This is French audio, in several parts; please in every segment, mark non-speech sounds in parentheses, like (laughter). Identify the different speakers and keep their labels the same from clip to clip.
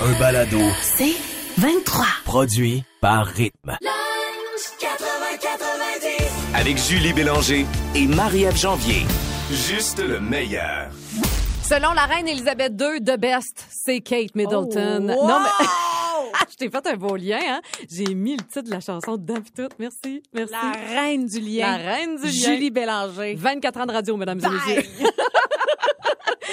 Speaker 1: Un balado
Speaker 2: C'est 23.
Speaker 1: produit par Rythme.
Speaker 3: Avec Julie Bélanger et Marie-Ève Janvier. Juste le meilleur.
Speaker 4: Selon la reine Elisabeth II, de best, c'est Kate Middleton.
Speaker 5: Oh, wow!
Speaker 4: Non mais (laughs) Ah, je t'ai fait un beau lien hein. J'ai mis le titre de la chanson dedans pis tout. Merci, merci.
Speaker 5: La reine du lien.
Speaker 4: La reine du lien.
Speaker 5: Julie Bélanger.
Speaker 4: 24 ans de radio mesdames et messieurs. (laughs)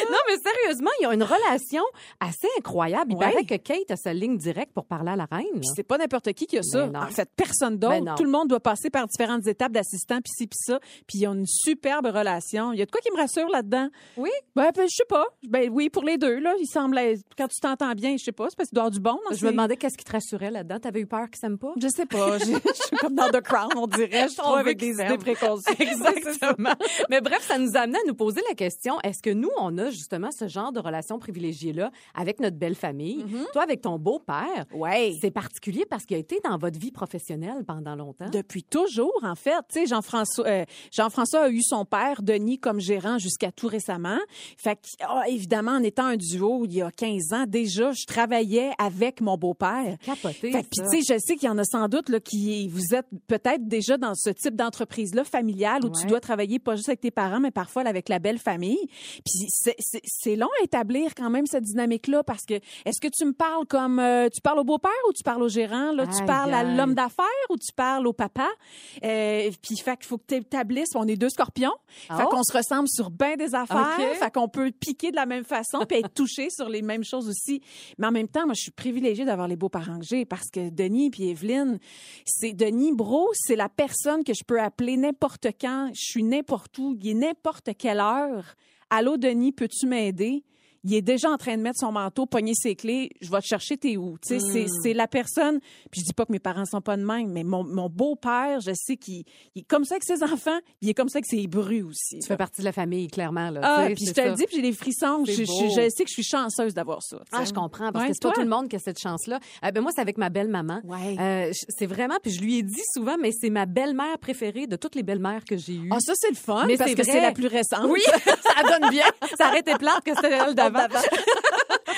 Speaker 4: Non mais sérieusement, ils ont une relation assez incroyable. Il
Speaker 5: Ouais.
Speaker 4: paraît que Kate a sa ligne directe pour parler à la reine.
Speaker 5: Puis c'est pas n'importe qui qui a ça.
Speaker 4: Mais non.
Speaker 5: En fait, personne
Speaker 4: Mais non.
Speaker 5: d'autre. Tout le monde doit passer par différentes étapes d'assistant, puis ci, puis ça. Puis ils ont une superbe relation. Il y a de quoi qui me rassure là-dedans?
Speaker 4: Oui.
Speaker 5: Ben, ben, je sais pas. Ben oui, pour les deux, là, il semble... être- Quand tu t'entends bien, je sais pas, c'est parce que tu dois avoir du bon. dans
Speaker 4: Je me
Speaker 5: ces-
Speaker 4: demandais qu'est-ce qui te rassurait là-dedans. T'avais eu peur qu'ils s'aiment pas
Speaker 5: Je sais pas. (laughs) Je, je suis comme dans The Crown, on dirait. Je
Speaker 4: On
Speaker 5: trouve
Speaker 4: veut
Speaker 5: avec
Speaker 4: qu'ils
Speaker 5: des
Speaker 4: s'aiment.
Speaker 5: idées préconçues.
Speaker 4: (laughs)
Speaker 5: (laughs)
Speaker 4: Exactement. Mais bref, ça nous amenait à nous poser la question est-ce que nous, on a justement ce genre de relation privilégiée-là avec notre belle famille
Speaker 5: Mm-hmm.
Speaker 4: Toi, avec ton beau-père,
Speaker 5: Ouais.
Speaker 4: c'est particulier parce qu'il a été dans votre vie professionnelle pendant longtemps.
Speaker 5: Depuis toujours, en fait. Tu sais, Jean-François, euh, Jean-François a eu son père, Denis, comme gérant jusqu'à tout récemment. Fait que, ah, évidemment, en étant un duo il y a 15 ans, déjà, je travaillais avec mon beau-père.
Speaker 4: Capoté.
Speaker 5: Fait que, puis
Speaker 4: ça.
Speaker 5: tu sais, je sais qu'il y en a sans doute là, qui vous êtes peut-être déjà dans ce type d'entreprise-là familiale où
Speaker 4: Ouais.
Speaker 5: tu dois travailler pas juste avec tes parents, mais parfois là, avec la belle famille. Puis c'est- c'est c'est long à établir quand même cette dynamique-là parce que est-ce que tu me parles comme euh, tu parles au beau-père ou tu parles au gérant là, tu
Speaker 4: Aïe,
Speaker 5: parles à
Speaker 4: aïe.
Speaker 5: l'homme d'affaires ou tu parles au papa. Euh, puis fait qu'il faut que tu établisses. On est deux scorpions. Fait
Speaker 4: Oh.
Speaker 5: qu'on se ressemble sur bien des affaires.
Speaker 4: Ok.
Speaker 5: Fait qu'on peut piquer de la même façon puis être touché sur les mêmes choses aussi. Mais en même temps, moi, je suis privilégiée d'avoir les beaux-parents que j'ai parce que Denis puis Evelyne, c'est Denis Bro, c'est la personne que je peux appeler n'importe quand. Je suis n'importe où. Il est n'importe quelle heure. Allô, Denis, peux-tu m'aider? Il est déjà en train de mettre son manteau, pogner ses clés. Je vais te chercher tes où. Tu sais,
Speaker 4: Hmm.
Speaker 5: c'est- c'est la personne. Puis je dis pas que mes parents sont pas de même, mais mon, mon beau-père, je sais qu'il il est comme ça avec ses (laughs) enfants. Il est comme ça avec ses brus aussi.
Speaker 4: Tu
Speaker 5: là.
Speaker 4: fais partie de la famille, clairement. Là,
Speaker 5: Ah,
Speaker 4: Tu sais,
Speaker 5: puis je
Speaker 4: c'est
Speaker 5: te le
Speaker 4: ça.
Speaker 5: dis, puis j'ai des frissons. Je,
Speaker 4: C'est
Speaker 5: je-
Speaker 4: beau.
Speaker 5: je sais que je suis chanceuse d'avoir ça. tu
Speaker 4: Ah,
Speaker 5: sais.
Speaker 4: je comprends, parce
Speaker 5: hein. Ouais,
Speaker 4: que c'est pas
Speaker 5: toi?
Speaker 4: tout le monde qui a cette chance-là. Euh, ben moi, c'est avec ma belle-maman.
Speaker 5: Ouais.
Speaker 4: Euh, je- c'est vraiment, puis je lui ai dit souvent, mais c'est ma belle-mère préférée de toutes les belles-mères que j'ai eues.
Speaker 5: Ah, ça, c'est le fun,
Speaker 4: Mais
Speaker 5: parce
Speaker 4: c'est
Speaker 5: que
Speaker 4: vrai.
Speaker 5: c'est la plus récente. (laughs)
Speaker 4: Oui, ça donne bien. Ça aurait été plate que c'était elle d'avant. (laughs)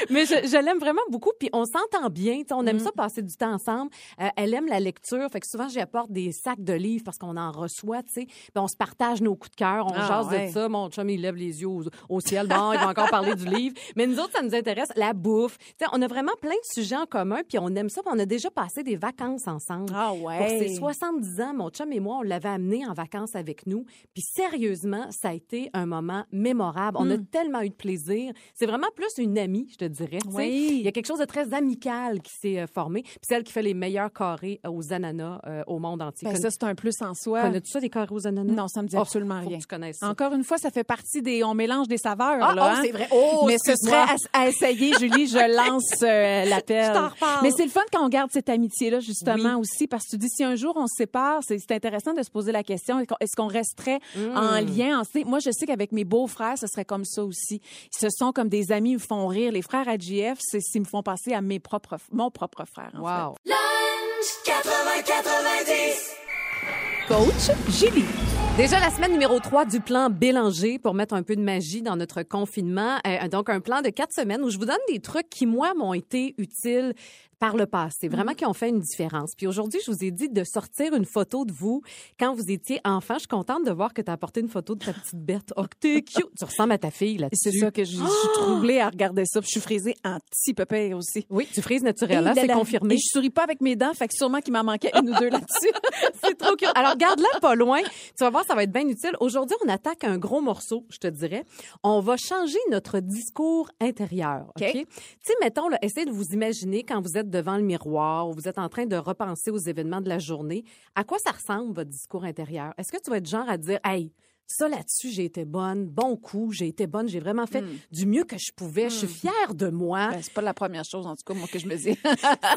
Speaker 4: Mais je, je l'aime vraiment beaucoup, puis on s'entend bien. tu sais, On aime
Speaker 5: Mm.
Speaker 4: ça passer du temps ensemble. Euh, elle aime la lecture, fait que souvent j'y apporte des sacs de livres parce qu'on en reçoit, tu sais. Puis on se partage nos coups de cœur, on
Speaker 5: Ah,
Speaker 4: jase
Speaker 5: ouais.
Speaker 4: de ça. Mon chum il lève les yeux au, au ciel, bon, il va encore parler du livre. Mais nous autres, ça nous intéresse la bouffe. Tu sais, on a vraiment plein de sujets en commun, puis on aime ça. puis on a déjà passé des vacances ensemble.
Speaker 5: Ah
Speaker 4: Pour
Speaker 5: ouais.
Speaker 4: ses 70 ans, mon chum et moi, on l'avait amené en vacances avec nous. Puis sérieusement, ça a été un moment mémorable. On a
Speaker 5: Hmm.
Speaker 4: tellement eu de plaisir. C'est vraiment plus une amie, je te dirais. tu sais.
Speaker 5: Oui.
Speaker 4: Il y a quelque chose de très amical qui s'est euh, formé. Puis celle qui fait les meilleurs carrés aux ananas euh, au monde entier.
Speaker 5: Ben,
Speaker 4: Conna-
Speaker 5: ça, c'est un plus en soi.
Speaker 4: Connais-tu ça, des carrés aux ananas?
Speaker 5: Non, ça me dit
Speaker 4: Oh,
Speaker 5: absolument
Speaker 4: faut que
Speaker 5: rien.
Speaker 4: tu connaisses ça.
Speaker 5: Encore une fois, ça fait partie des. On mélange des saveurs.
Speaker 4: Ah,
Speaker 5: là,
Speaker 4: oh,
Speaker 5: hein?
Speaker 4: c'est vrai. Oh,
Speaker 5: Mais ce serait
Speaker 4: excuse-moi.
Speaker 5: à, à essayer, Julie.
Speaker 4: (laughs)
Speaker 5: Je lance euh, l'appel.
Speaker 4: Je t'en reparle.
Speaker 5: Mais c'est le fun quand on garde cette amitié-là, justement,
Speaker 4: Oui.
Speaker 5: aussi, parce que tu dis, si un jour on se sépare, c'est c'est intéressant de se poser la question est-ce qu'on- est-ce qu'on resterait en
Speaker 4: Mmh.
Speaker 5: lien en... Moi, je sais qu'avec mes beaux-frères, ce serait comme ça aussi. Ce sont comme des amis qui me font rire. Les frères à JF, c'est- ils me font passer à mes propres, mon propre frère. En fait.
Speaker 4: Wow.
Speaker 5: Coach Julie.
Speaker 4: Déjà la semaine numéro 3 du plan Bélanger pour mettre un peu de magie dans notre confinement. Euh, donc, un plan de quatre semaines où je vous donne des trucs qui, moi, m'ont été utiles par le
Speaker 5: Mhm.
Speaker 4: passé, vraiment qui ont fait une différence. Puis aujourd'hui, je vous ai dit de sortir une photo de vous quand vous étiez enfant. Je suis contente de voir que tu as apporté une photo de ta petite bête. Oh, que t'es cute! Tu ressembles à ta fille
Speaker 5: Et C'est
Speaker 4: là-dessus.
Speaker 5: ça que je, je
Speaker 4: (gasps)
Speaker 5: suis troublée à regarder ça. puis Je suis frisée en petit pépé aussi.
Speaker 4: Oui, tu frises naturellement,
Speaker 5: Et de
Speaker 4: c'est
Speaker 5: la-
Speaker 4: confirmé.
Speaker 5: Et je souris pas avec mes dents, fait que sûrement qu'il m'en manquait une ou deux là-dessus. (laughs)
Speaker 4: C'est (laughs) trop cute. Alors, garde-la pas loin. Tu vas voir, ça va être bien utile. Aujourd'hui, on attaque un gros morceau, je te dirais. On va changer notre discours intérieur. OK?
Speaker 5: OK.
Speaker 4: Tu sais, mettons, là, essayez de vous imaginer quand vous êtes devant le miroir ou vous êtes en train de repenser aux événements de la journée. À quoi ça ressemble, votre discours intérieur? Est-ce que tu vas être genre à dire, hey, Ça, là-dessus, j'ai été bonne. Bon coup, j'ai été bonne. J'ai vraiment fait
Speaker 5: Hmm.
Speaker 4: du mieux que je pouvais. Je suis fière de moi.
Speaker 5: Ben, c'est pas la première chose, en tout cas, moi, que je me dis.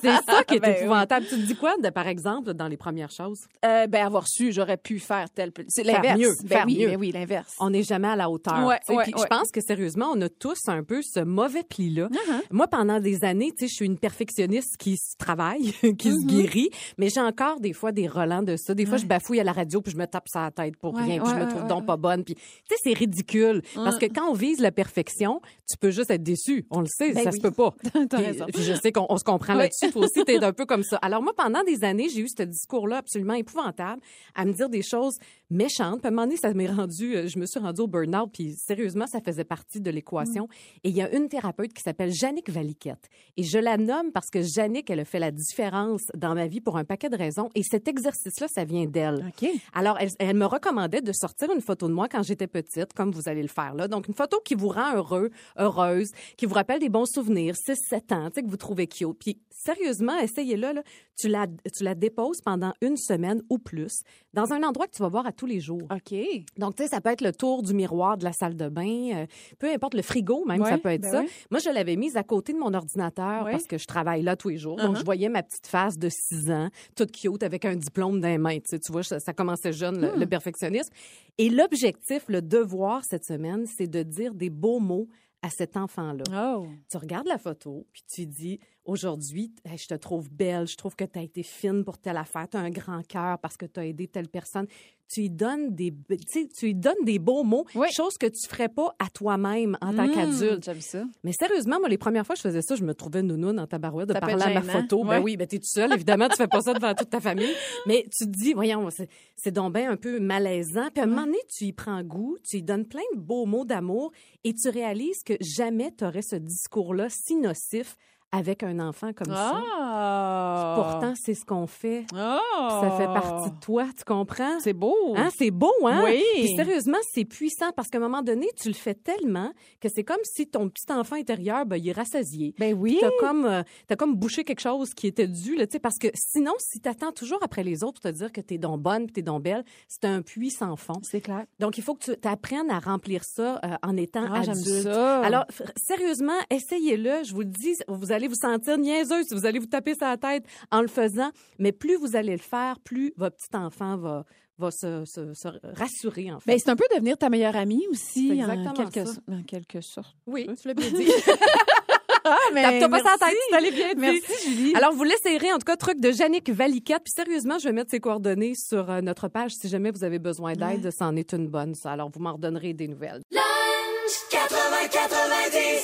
Speaker 4: C'est ça qui
Speaker 5: (laughs)
Speaker 4: est
Speaker 5: Ben oui.
Speaker 4: épouvantable. Tu te dis quoi, de, par exemple, dans les premières choses?
Speaker 5: (laughs) Euh, ben, avoir su, j'aurais pu faire tel. C'est
Speaker 4: Faire
Speaker 5: l'inverse.
Speaker 4: mieux,
Speaker 5: Ben
Speaker 4: faire
Speaker 5: oui,
Speaker 4: mieux.
Speaker 5: ben oui, l'inverse.
Speaker 4: On n'est jamais à la hauteur.
Speaker 5: Ouais,
Speaker 4: tu sais.
Speaker 5: ouais,
Speaker 4: Puis
Speaker 5: ouais.
Speaker 4: Je pense que sérieusement, on a tous un peu ce mauvais pli-là.
Speaker 5: Uh-huh.
Speaker 4: Moi, pendant des années, tu sais, je suis une perfectionniste qui se travaille, (laughs) qui
Speaker 5: Mm-hmm.
Speaker 4: se guérit, mais j'ai encore des fois des relents de ça. Des fois, je bafouille à la radio puis je me tape ça la tête pour
Speaker 5: Ouais,
Speaker 4: rien, puis
Speaker 5: ouais,
Speaker 4: je me
Speaker 5: ouais,
Speaker 4: trouve
Speaker 5: ouais,
Speaker 4: donc
Speaker 5: ouais.
Speaker 4: pas bonne. Puis, tu sais, c'est ridicule parce que quand on vise la perfection, tu peux juste être déçu. On le sait,
Speaker 5: Ben
Speaker 4: ça
Speaker 5: oui.
Speaker 4: se peut pas.
Speaker 5: (laughs) T'as
Speaker 4: Puis-
Speaker 5: raison.
Speaker 4: puis je sais qu'on on se comprend
Speaker 5: Oui.
Speaker 4: là-dessus. Toi aussi, t'es un peu comme ça. Alors moi, pendant des années, j'ai eu ce discours-là absolument épouvantable à me dire des choses méchantes. Puis à un moment donné, ça m'est rendu, euh, je me suis rendue au burn-out. Puis sérieusement, ça faisait partie de l'équation. Et il y a une thérapeute qui s'appelle Jannick Valiquette. Et je la nomme parce que Jannick, elle a fait la différence dans ma vie pour un paquet de raisons. Et cet exercice-là, ça vient d'elle.
Speaker 5: OK.
Speaker 4: Alors, elle, elle me recommandait de sortir une photo de moi quand j'étais petite, comme vous allez le faire là. Donc, une photo qui vous rend heureux, heureuse, qui vous rappelle des bons souvenirs, 6-7 ans, tu sais, que vous trouvez cute. Puis, sérieusement, essayez-le. là. Tu, la, tu la déposes pendant une semaine ou plus dans un endroit que tu vas voir à tous les jours.
Speaker 5: OK.
Speaker 4: Donc, tu sais, ça peut être le tour du miroir de la salle de bain, euh, peu importe le frigo, même,
Speaker 5: Ouais,
Speaker 4: ça peut être
Speaker 5: ben
Speaker 4: ça.
Speaker 5: ouais.
Speaker 4: Moi, je l'avais mise à côté de mon ordinateur
Speaker 5: Ouais. Uh-huh.
Speaker 4: parce que je travaille là tous les jours. Donc, je voyais ma petite face de 6 ans, toute cute, avec un diplôme dans les mains. Tu sais, tu vois, ça, ça commençait jeune,
Speaker 5: Hmm.
Speaker 4: le, le perfectionnisme. Et l'objectif, le devoir cette semaine, c'est de dire des beaux mots à cet enfant-là
Speaker 5: Oh.
Speaker 4: tu regardes la photo, puis tu dis aujourd'hui, hey, je te trouve belle, je trouve que tu as été fine pour telle affaire, tu as un grand cœur parce que tu as aidé telle personne. Tu lui donnes des, be- tu sais, tu lui donnes des beaux mots,
Speaker 5: Oui. Mmh.
Speaker 4: chose que tu ferais pas à toi-même en
Speaker 5: Hmm.
Speaker 4: tant qu'adulte.
Speaker 5: J'aime ça.
Speaker 4: Mais sérieusement, moi, les premières fois que je faisais ça, je me trouvais nounoune en tabarouette de
Speaker 5: Ça peut
Speaker 4: parler
Speaker 5: être
Speaker 4: à ma
Speaker 5: gênant,
Speaker 4: photo.
Speaker 5: ouais.
Speaker 4: Ben oui, ben t'es tout seul, évidemment, tu fais pas ça devant toute
Speaker 5: (laughs)
Speaker 4: ta famille. Mais tu te dis, voyons, c'est- c'est donc ben un peu malaisant. Puis à un moment donné, tu y prends goût, tu y donnes plein de beaux mots d'amour et tu réalises que jamais t'aurais ce discours-là si nocif avec un enfant comme ça.
Speaker 5: Ah.
Speaker 4: Pourtant, c'est ce qu'on fait. Puis
Speaker 5: Ah.
Speaker 4: Ça fait partie de toi, tu comprends?
Speaker 5: C'est beau.
Speaker 4: Hein, c'est beau, hein?
Speaker 5: Oh. Oui.
Speaker 4: Puis sérieusement, c'est puissant parce qu'à un moment donné, tu le fais tellement que c'est comme si ton petit enfant intérieur, ben, il est rassasié.
Speaker 5: Ben oui.
Speaker 4: T'as comme, euh, t'as comme bouché quelque chose qui était dû, là, tu sais, parce que sinon, si t'attends toujours après les autres pour te dire que t'es donc bonne, puis t'es donc belle, c'est un puits sans fond.
Speaker 5: C'est clair.
Speaker 4: Donc, il faut que tu apprennes à remplir ça euh, en étant
Speaker 5: Ah, j'aime
Speaker 4: adulte.
Speaker 5: ça.
Speaker 4: Alors, f- sérieusement, essayez-le. Je vous le dis, vous allez vous sentir niaiseux si vous allez vous taper sur la tête en le faisant. Mais plus vous allez le faire, plus votre petit enfant va, va se, se- se rassurer, en fait.
Speaker 5: Ben, c'est un peu devenir ta meilleure amie aussi,
Speaker 4: C'est
Speaker 5: en
Speaker 4: exactement
Speaker 5: quelque,
Speaker 4: ça.
Speaker 5: en quelque sorte.
Speaker 4: oui,
Speaker 5: tu
Speaker 4: l'as bien dit.
Speaker 5: (laughs) Ah, mais
Speaker 4: Tape-toi pas sur la
Speaker 5: merci.
Speaker 4: tête, tu allais bien dire.
Speaker 5: Merci, Julie.
Speaker 4: Alors, vous l'essayerez, en tout cas, truc de Yannick Valiquette. Puis sérieusement, je vais mettre ses coordonnées sur euh, notre page si jamais vous avez besoin d'aide. C'en est une bonne, ça. Alors, vous m'en redonnerez des nouvelles.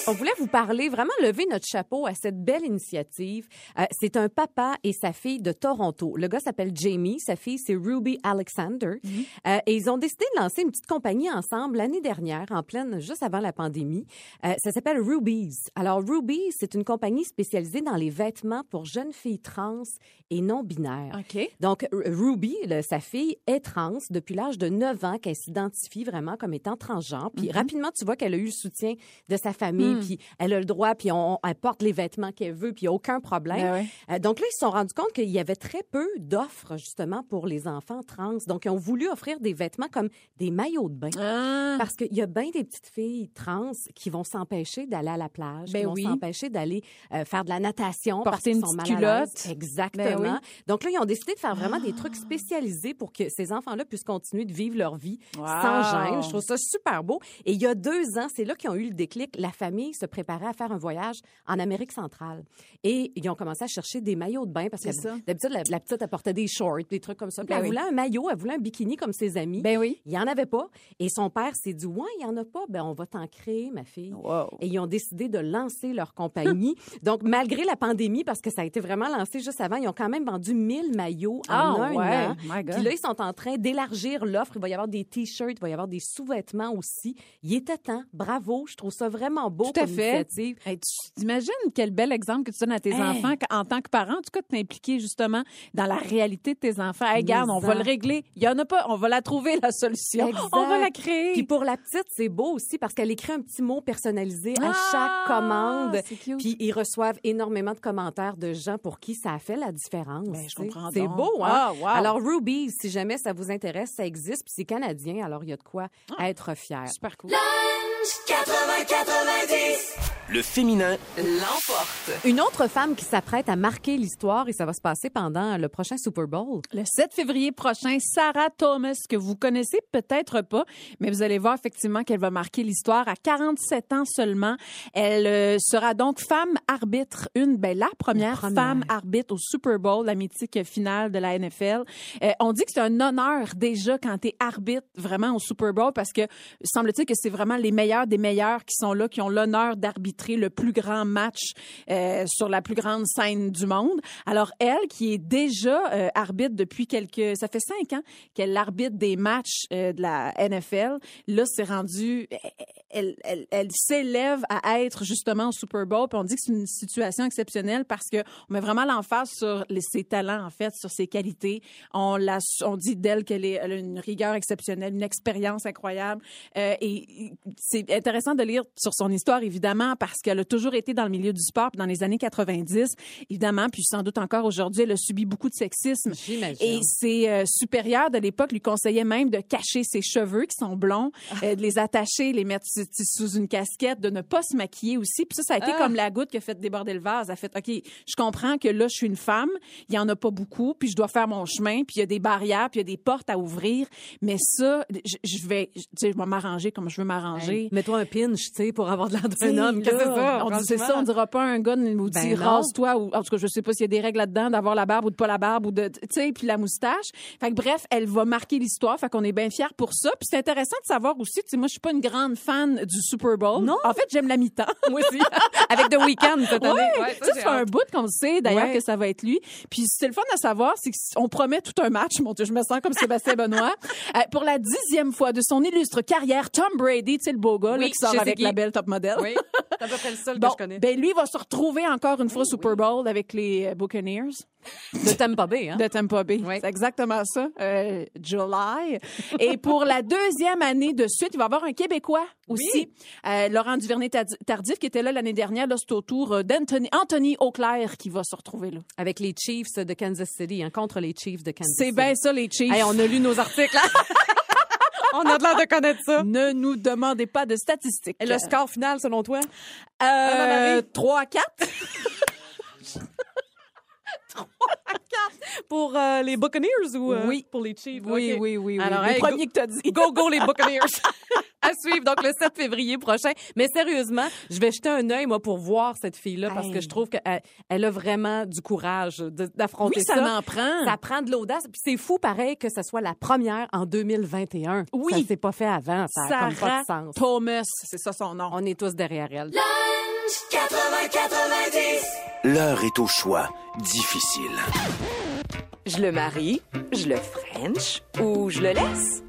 Speaker 4: On voulait vous parler, vraiment lever notre chapeau à cette belle initiative. Euh, c'est un papa et sa fille de Toronto. Le gars s'appelle Jamie, sa fille c'est Ruby Alexander. Euh, et ils ont décidé de lancer une petite compagnie ensemble l'année dernière, en pleine, juste avant la pandémie. Euh, ça s'appelle Rubies. Alors Rubies, c'est une compagnie spécialisée dans les vêtements pour jeunes filles trans et non binaires.
Speaker 5: OK.
Speaker 4: Donc, Ru- Ruby, le- sa fille, est trans depuis l'âge de 9 ans qu'elle s'identifie vraiment comme étant transgenre. Puis
Speaker 5: Mhm.
Speaker 4: rapidement, tu vois qu'elle a eu le soutien de sa
Speaker 5: Hmm.
Speaker 4: famille, puis elle a le droit, puis on, elle porte les vêtements qu'elle veut, puis il y a aucun problème.
Speaker 5: Ben ouais.
Speaker 4: Euh, donc là, ils se sont rendus compte qu'il y avait très peu d'offres justement pour les enfants trans. Donc, ils ont voulu offrir des vêtements comme des maillots de bain.
Speaker 5: Ah.
Speaker 4: Parce qu'il y a bien des petites filles trans qui vont s'empêcher d'aller à la plage,
Speaker 5: Ben
Speaker 4: qui vont
Speaker 5: oui.
Speaker 4: s'empêcher d'aller euh, faire de la natation parce
Speaker 5: Porter
Speaker 4: qu'ils
Speaker 5: une
Speaker 4: sont mal
Speaker 5: petite
Speaker 4: à l'aise.
Speaker 5: culotte.
Speaker 4: Exactement.
Speaker 5: Ben Ah.
Speaker 4: Donc là, ils ont décidé de faire vraiment des trucs spécialisés pour que ces enfants-là puissent continuer de vivre leur vie
Speaker 5: Wow.
Speaker 4: sans gêne. Je trouve ça super beau. Et il y a deux ans, c'est là qu'ils ont eu le déclic. La famille se préparait à faire un voyage en Amérique centrale. Et ils ont commencé à chercher des maillots de bain parce que
Speaker 5: C'est ça.
Speaker 4: d'habitude, la, la petite, elle portait des shorts, des trucs comme ça. Puis
Speaker 5: Ben
Speaker 4: elle
Speaker 5: oui.
Speaker 4: voulait un maillot, elle voulait un bikini comme ses amis.
Speaker 5: Ben oui.
Speaker 4: Il n'y en avait pas. Et son père s'est dit, ouais, il n'y en a pas. Ben, on va t'en créer, ma fille.
Speaker 5: Wow.
Speaker 4: Et ils ont décidé de lancer
Speaker 5: (laughs)
Speaker 4: leur compagnie. Donc, malgré la pandémie, parce que ça a été vraiment lancé juste avant, ils ont quand même vendu 1000 maillots en
Speaker 5: Ah,
Speaker 4: un
Speaker 5: ouais.
Speaker 4: an.
Speaker 5: My God.
Speaker 4: Puis là, ils sont en train d'élargir l'offre. Il va y avoir des T-shirts, il va y avoir des sous-vêtements aussi. Il était temps. Bravo bravo. Je trouve ça vraiment beau
Speaker 5: Tout à
Speaker 4: comme
Speaker 5: fait.
Speaker 4: initiative.
Speaker 5: Hey, tu t'imagines quel bel exemple que tu donnes à tes
Speaker 4: Hey.
Speaker 5: enfants qu- en tant que parent. En tout cas, tu t'es impliqué justement dans la réalité de tes enfants. Hey,
Speaker 4: Mais
Speaker 5: regarde, on va
Speaker 4: en.
Speaker 5: le régler. Il y en a pas. On va la trouver, la solution.
Speaker 4: Exact.
Speaker 5: On va la créer.
Speaker 4: Puis pour la petite, c'est beau aussi parce qu'elle écrit un petit mot personnalisé à
Speaker 5: Ah,
Speaker 4: chaque commande.
Speaker 5: c'est cute.
Speaker 4: Puis ils reçoivent énormément de commentaires de gens pour qui ça a fait la différence.
Speaker 5: Ben, je
Speaker 4: tu sais.
Speaker 5: comprends
Speaker 4: C'est
Speaker 5: donc.
Speaker 4: beau, hein?
Speaker 5: Ah, wow.
Speaker 4: Alors Ruby, si jamais ça vous intéresse, ça existe. Puis c'est canadien, alors il y a de quoi être fier.
Speaker 5: Ah, Super cool.
Speaker 3: Le féminin
Speaker 4: Une autre femme qui s'apprête à marquer l'histoire et ça va se passer pendant le prochain Super Bowl.
Speaker 5: Le 7 février prochain, Sarah Thomas, que vous connaissez peut-être pas, mais vous allez voir effectivement qu'elle va marquer l'histoire à 47 ans seulement. Elle euh, sera donc femme arbitre, une, ben, la première,
Speaker 4: première.
Speaker 5: femme arbitre au Super Bowl, la mythique finale de la NFL. Euh, on dit que c'est un honneur déjà quand tu es arbitre vraiment au Super Bowl parce que semble-t-il que c'est vraiment les meilleurs des meilleurs qui sont là, qui ont l'honneur d'arbitrer le plus grand match euh, sur la plus grande scène du monde. Alors elle, qui est déjà euh, arbitre depuis quelques, ça fait cinq ans qu'elle arbitre des matchs euh, de la NFL. Là, c'est rendu, elle, elle, elle s'élève à être justement au Super Bowl. Puis on dit que c'est une situation exceptionnelle parce que on met vraiment l'emphase sur les- ses talents en fait, sur ses qualités. On la, on dit d'elle qu'elle est, elle a une rigueur exceptionnelle, une expérience incroyable. Euh, et c'est intéressant de lire sur son histoire évidemment parce qu'elle a toujours été dans le milieu du sport puis dans les années 90 évidemment puis sans doute encore aujourd'hui elle a subi beaucoup de sexisme.
Speaker 4: J'imagine.
Speaker 5: Et ses euh, supérieurs de l'époque lui conseillaient même de cacher ses cheveux qui sont blonds, euh, de les attacher, les mettre sous, sous une casquette, de ne pas se maquiller aussi. Puis ça, ça a été comme la goutte qui a fait déborder le vase. Elle a fait, OK, je comprends que là, je suis une femme, il y en a pas beaucoup, puis je dois faire mon chemin, puis il y a des barrières, puis il y a des portes à ouvrir. Mais ça, je, je vais, tu sais, je vais m'arranger comme je veux m'arranger.
Speaker 4: Mets-toi un pinch, tu sais, pour avoir de l'air d'un
Speaker 5: C'est
Speaker 4: homme. Qu'est-ce que c'est ça?
Speaker 5: On dit c'est ça, on dira pas à un gars nous dit
Speaker 4: Ben non.
Speaker 5: rase-toi ou en tout cas je sais pas s'il y a des règles là-dedans d'avoir la barbe ou de pas la barbe ou de tu sais puis la moustache. Fait que bref, elle va marquer l'histoire, fait qu'on est bien fiers pour ça. Puis c'est intéressant de savoir aussi, tu sais moi je suis pas une grande fan du Super Bowl.
Speaker 4: Non.
Speaker 5: En fait, j'aime la
Speaker 4: (laughs)
Speaker 5: mi-temps.
Speaker 4: Moi aussi. Avec The Weeknd cette année.
Speaker 5: Ouais, ça, c'est un bout qu'on le sait d'ailleurs
Speaker 4: Ouais.
Speaker 5: que ça va être lui. Puis c'est le fun à savoir, c'est qu'on promet tout un match. Mon Dieu, je me sens comme
Speaker 4: (laughs)
Speaker 5: Sébastien Benoît. Euh, pour la dixième fois de son illustre carrière, Tom Brady, tu sais le beau gars là,
Speaker 4: Oui,
Speaker 5: qui
Speaker 4: je
Speaker 5: sort
Speaker 4: sais
Speaker 5: avec
Speaker 4: qui.
Speaker 5: la belle top modèle.
Speaker 4: Oui, c'est à peu près le seul
Speaker 5: Bon, ben lui va se retrouver encore une fois au Super Bowl avec les euh, Buccaneers
Speaker 4: De Tampa Bay, hein?
Speaker 5: de Tampa Bay.
Speaker 4: Oui.
Speaker 5: C'est exactement ça, euh, July. Et pour la deuxième année de suite, il va y avoir un Québécois aussi, Euh, Laurent Duvernay-Tardif, qui était là l'année dernière. Là, c'est au tour euh, d'Anthony Anthony Auclair qui va se retrouver là.
Speaker 4: Avec les Chiefs de Kansas City, hein, contre les Chiefs de Kansas
Speaker 5: C'est
Speaker 4: City.
Speaker 5: bien ça, les Chiefs.
Speaker 4: Hey, on a lu nos articles, là. (laughs) on a de l'air de connaître ça.
Speaker 5: hein? Ne nous demandez pas de statistiques.
Speaker 4: Et le score final, selon toi?
Speaker 5: Euh,
Speaker 4: Marie?
Speaker 5: 3 à 4.
Speaker 4: Pour euh, les Buccaneers ou euh,
Speaker 5: Oui.
Speaker 4: pour les Chiefs?
Speaker 5: Oui,
Speaker 4: Ok.
Speaker 5: oui, oui, oui.
Speaker 4: Alors,
Speaker 5: le
Speaker 4: hey,
Speaker 5: premier que t'as dit.
Speaker 4: Go, go, les Buccaneers! à suivre, donc le 7 février prochain. Mais sérieusement, je vais jeter un œil, moi, pour voir cette fille-là, parce
Speaker 5: Hey.
Speaker 4: que je trouve qu'elle elle a vraiment du courage de- d'affronter
Speaker 5: Oui, ça m'en prend.
Speaker 4: Ça prend de l'audace. Puis c'est fou, pareil, que ça soit la première en 2021.
Speaker 5: Oui.
Speaker 4: Ça s'est pas fait avant. (laughs) Ça a comme pas de sens.
Speaker 5: Thomas, c'est ça son nom.
Speaker 4: On est tous derrière elle.
Speaker 3: L'heure est au choix difficile.
Speaker 6: Je le marie, je le French ou je le laisse?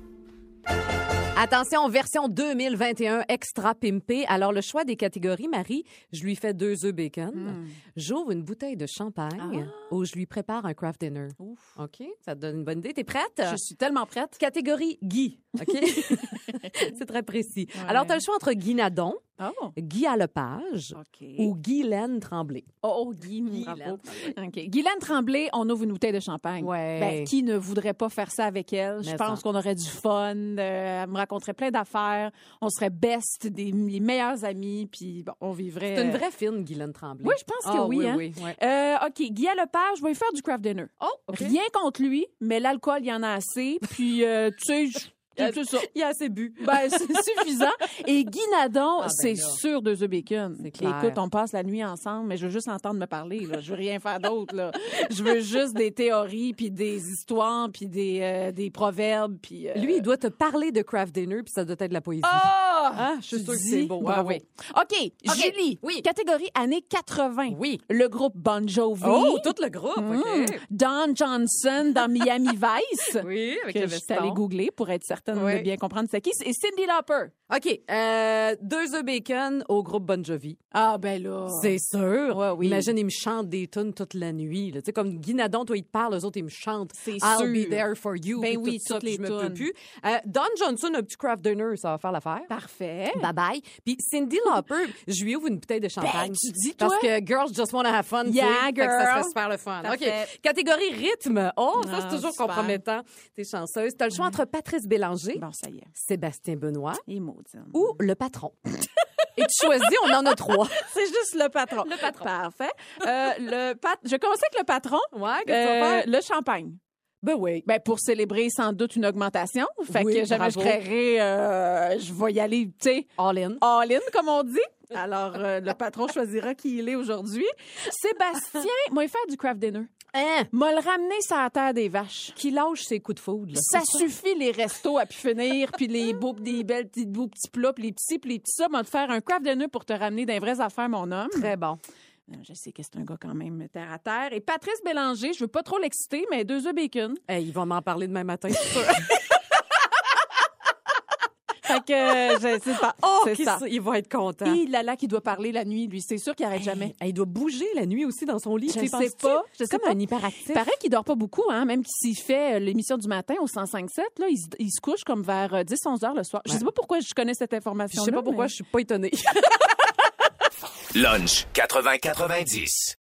Speaker 4: Attention, version 2021 extra pimpée. Alors, le choix des catégories, Marie, je lui fais deux œufs bacon,
Speaker 5: Hmm.
Speaker 4: j'ouvre une bouteille de champagne
Speaker 5: Ah.
Speaker 4: ou je lui prépare un craft dinner. OK? Ça te donne une bonne idée. T'es prête?
Speaker 5: Je suis tellement prête.
Speaker 4: Catégorie Guy. OK?
Speaker 5: (laughs)
Speaker 4: C'est très précis. Alors, t'as le choix entre Guy Nadon,
Speaker 5: Oh.
Speaker 4: Guy Lepage
Speaker 5: OK.
Speaker 4: ou Guy Laine Tremblay.
Speaker 5: Oh, oh, Guy,
Speaker 4: Guylaine
Speaker 5: bravo. OK. Guylaine Tremblay, on ouvre une bouteille de champagne.
Speaker 4: Ouais.
Speaker 5: Ben, qui ne voudrait pas faire ça avec elle? Je
Speaker 4: Mais
Speaker 5: pense
Speaker 4: ça.
Speaker 5: qu'on aurait du fun. euh, elle me raconterait plein d'affaires. On serait best, des, les meilleurs amis, puis bon, on vivrait.
Speaker 4: C'est une vraie fine, Guy Laine Tremblay.
Speaker 5: Euh. Oui, je pense que
Speaker 4: Ah,
Speaker 5: oui,
Speaker 4: oui,
Speaker 5: hein.
Speaker 4: oui, ouais.
Speaker 5: Euh, OK, Guy Lepage, je vais lui faire du craft dinner.
Speaker 4: Oh, OK.
Speaker 5: Rien contre lui, mais l'alcool, il y en a assez. Puis, euh, tu sais, je- c'est ça.
Speaker 4: Il a assez bu.
Speaker 5: Ben,
Speaker 4: (laughs)
Speaker 5: c'est suffisant. Et Guy Nadon,
Speaker 4: ben
Speaker 5: c'est
Speaker 4: là.
Speaker 5: sûr deux œufs bacon.
Speaker 4: C'est clair.
Speaker 5: Écoute, on passe la nuit ensemble, mais je veux juste entendre me parler. Là. Je veux rien faire d'autre. là. Je veux juste des théories, puis des histoires, puis des, euh, des proverbes. Puis, euh,
Speaker 4: Lui, il doit te parler de craft dinner, puis ça doit être de la poésie.
Speaker 5: Oh,
Speaker 4: Ah, je suis
Speaker 5: Tu
Speaker 4: sûre que
Speaker 5: dis
Speaker 4: c'est beau.
Speaker 5: bravo.
Speaker 4: Ah oui.
Speaker 5: OK,
Speaker 4: OK,
Speaker 5: Julie,
Speaker 4: oui.
Speaker 5: catégorie années 80.
Speaker 4: Oui.
Speaker 5: Le groupe Bon Jovi.
Speaker 4: Oh, tout le groupe,
Speaker 5: Mm.
Speaker 4: OK.
Speaker 5: Don Johnson dans Miami Vice.
Speaker 4: (laughs) Oui, avec
Speaker 5: que
Speaker 4: le
Speaker 5: je suis
Speaker 4: veston.
Speaker 5: allée googler pour être certaine
Speaker 4: Oui.
Speaker 5: de bien comprendre c'est qui. Et Cindy Lauper.
Speaker 4: OK, euh, deux œufs bacon au groupe Bon Jovi.
Speaker 5: Ah, ben là.
Speaker 4: C'est sûr.
Speaker 5: Ouais, oui.
Speaker 4: Imagine, ils me chantent des tunes toute la nuit. là. Tu sais, comme Guinadon, toi, ils te parlent, eux autres, ils me chantent.
Speaker 5: C'est
Speaker 4: I'll
Speaker 5: sûr.
Speaker 4: be there for you.
Speaker 5: Ben
Speaker 4: puis
Speaker 5: oui,
Speaker 4: tout ça,
Speaker 5: toutes
Speaker 4: puis
Speaker 5: les
Speaker 4: je me peux
Speaker 5: tunes.
Speaker 4: plus. Euh, Don Johnson, un petit craft dinner, ça va faire l'affaire.
Speaker 5: Parfait.
Speaker 4: Bye bye. Puis Cindy Lauper, je lui ouvre une bouteille de champagne.
Speaker 5: Ben, tu dis,
Speaker 4: Parce
Speaker 5: toi.
Speaker 4: que girls just wanna have fun. tu sais.
Speaker 5: Yeah,
Speaker 4: Fait que ça
Speaker 5: girl.
Speaker 4: serait super le fun.
Speaker 5: Parfait.
Speaker 4: OK. Catégorie rythme. Oh, ça,
Speaker 5: Ah,
Speaker 4: c'est toujours
Speaker 5: super. Mm.
Speaker 4: compromettant. T'es chanceuse. T'as le choix entre Patrice Bélanger,
Speaker 5: Bon, ça y est.
Speaker 4: Sébastien Benoît
Speaker 5: Et maudine.
Speaker 4: ou
Speaker 5: (laughs)
Speaker 4: le patron. Et tu choisis, on en a trois.
Speaker 5: C'est juste le patron. Le patron. Parfait. Euh, le pat... Je commence avec le patron.
Speaker 4: Ouais,
Speaker 5: Euh, le champagne.
Speaker 4: Ben oui.
Speaker 5: Ben pour célébrer sans doute une augmentation. Fait
Speaker 4: Oui,
Speaker 5: que jamais je
Speaker 4: bravo.
Speaker 5: créerais, euh, je vais y aller, tu sais,
Speaker 4: All in.
Speaker 5: all-in, comme on dit. Alors, euh, le patron choisira qui il est aujourd'hui. Sébastien, (laughs) moi, il fait du craft dinner.
Speaker 4: Hein?
Speaker 5: M'a le ramené sur la terre des vaches.
Speaker 4: Qui lâche ses coups de foudre. là. (laughs)
Speaker 5: Ça suffit les restos à pu finir, puis les beaux, des belles petites beaux petits plats, puis les petits, puis les petits ça. M'a te faire un craft dinner pour te ramener des vraies affaires, mon homme.
Speaker 4: Très bon.
Speaker 5: Euh, Je sais que c'est un gars quand même terre à terre. Et Patrice Bélanger, je veux pas trop l'exciter, mais deux œufs bacon.
Speaker 4: Hey, ils vont m'en parler demain matin, c'est
Speaker 5: (laughs)
Speaker 4: sûr.
Speaker 5: Fait que euh, je sais (laughs) pas. c'est
Speaker 4: qu'ils
Speaker 5: ça.
Speaker 4: sont- Ils vont être contents.
Speaker 5: Il là là qui doit parler la nuit, lui. C'est sûr qu'il arrête jamais.
Speaker 4: Hey, il doit bouger la nuit aussi dans son lit.
Speaker 5: Je
Speaker 4: tu
Speaker 5: sais
Speaker 4: penses-tu?
Speaker 5: pas, je sais
Speaker 4: Comme
Speaker 5: pas.
Speaker 4: un hyperactif.
Speaker 5: Il paraît qu'il dort pas beaucoup, hein, même s'il fait euh, l'émission du matin au 105.7, là, il, se- il se couche comme vers 10-11 heures le soir. Je sais pas pourquoi je connais cette
Speaker 4: Je
Speaker 5: information
Speaker 4: sais pas pourquoi, je suis pas étonnée.
Speaker 3: Lunch 80-90.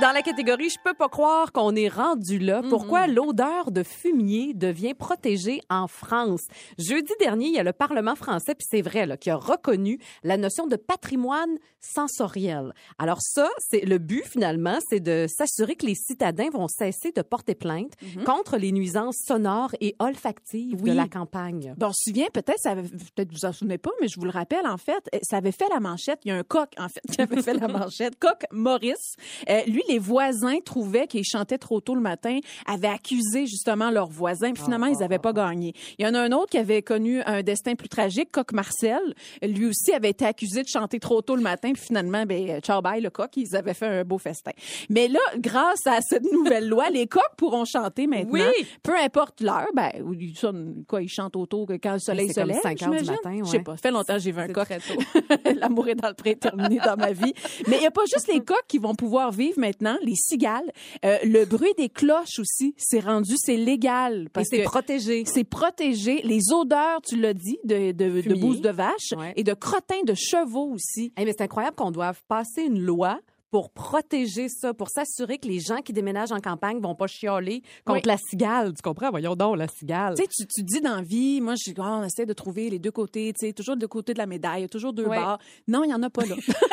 Speaker 4: Dans la catégorie, je peux pas croire qu'on est rendu là.
Speaker 5: Mhm.
Speaker 4: Pourquoi l'odeur de fumier devient protégée en France? Jeudi dernier, il y a le Parlement français, puis c'est vrai, là, qui a reconnu la notion de patrimoine sensoriel. Alors ça, c'est le but finalement, c'est de s'assurer que les citadins vont cesser de porter plainte contre les nuisances sonores et olfactives
Speaker 5: Mhm. Oui.
Speaker 4: de la campagne.
Speaker 5: Bon, on se souvient, peut-être, ça avait- peut-être vous en souvenez pas, mais je vous le rappelle, en fait, eh, ça avait fait la manchette. Il y a un coq, en fait, (laughs) qui avait fait la manchette. Coq Maurice. Euh, lui, les voisins trouvaient qu'il chantait trop tôt le matin, avait accusé, justement, leurs voisins. Puis finalement, ils n'avaient pas gagné. Il y en a un autre qui avait connu un destin plus tragique, Coq Marcel. Lui aussi avait été accusé de chanter trop tôt le matin. Puis finalement, ben, ciao bye, le coq, ils avaient fait un beau festin. Mais là, grâce à cette (laughs) nouvelle loi, les coqs pourront chanter maintenant.
Speaker 4: Oui.
Speaker 5: Peu importe l'heure, ben, ou ils sonnent, quoi, ils chantent autour que quand le soleil
Speaker 4: Mais c'est
Speaker 5: soleil se
Speaker 4: comme
Speaker 5: lève,
Speaker 4: 5 heures du
Speaker 5: j'imagine.
Speaker 4: matin, ouais.
Speaker 5: Je sais pas, ça fait longtemps que j'ai vu un
Speaker 4: C'est
Speaker 5: coq.
Speaker 4: très tôt.
Speaker 5: (laughs) L'amour est dans le pré terminé dans ma vie. Mais il n'y a pas juste les coqs qui vont pouvoir vivre maintenant, les cigales. Euh, le bruit des cloches aussi, c'est rendu, c'est légal.
Speaker 4: Et
Speaker 5: Parce
Speaker 4: c'est
Speaker 5: que
Speaker 4: protégé.
Speaker 5: c'est protégé. Les odeurs, tu l'as dit, de, de, de
Speaker 4: Fumier.
Speaker 5: bouse de vache
Speaker 4: Ouais.
Speaker 5: et de crottin de chevaux aussi.
Speaker 4: Hey, mais c'est incroyable qu'on doive passer une loi pour protéger ça, pour s'assurer que les gens qui déménagent en campagne vont pas chialer contre
Speaker 5: Oui.
Speaker 4: la cigale. Tu comprends? Voyons donc, la cigale.
Speaker 5: Tu sais, tu, tu dis dans la vie, moi, je, oh, on essaie de trouver les deux côtés, tu sais, toujours deux côtés de la médaille, il y a toujours deux
Speaker 4: Ouais.
Speaker 5: bords. Non, il n'y en a pas là. (laughs)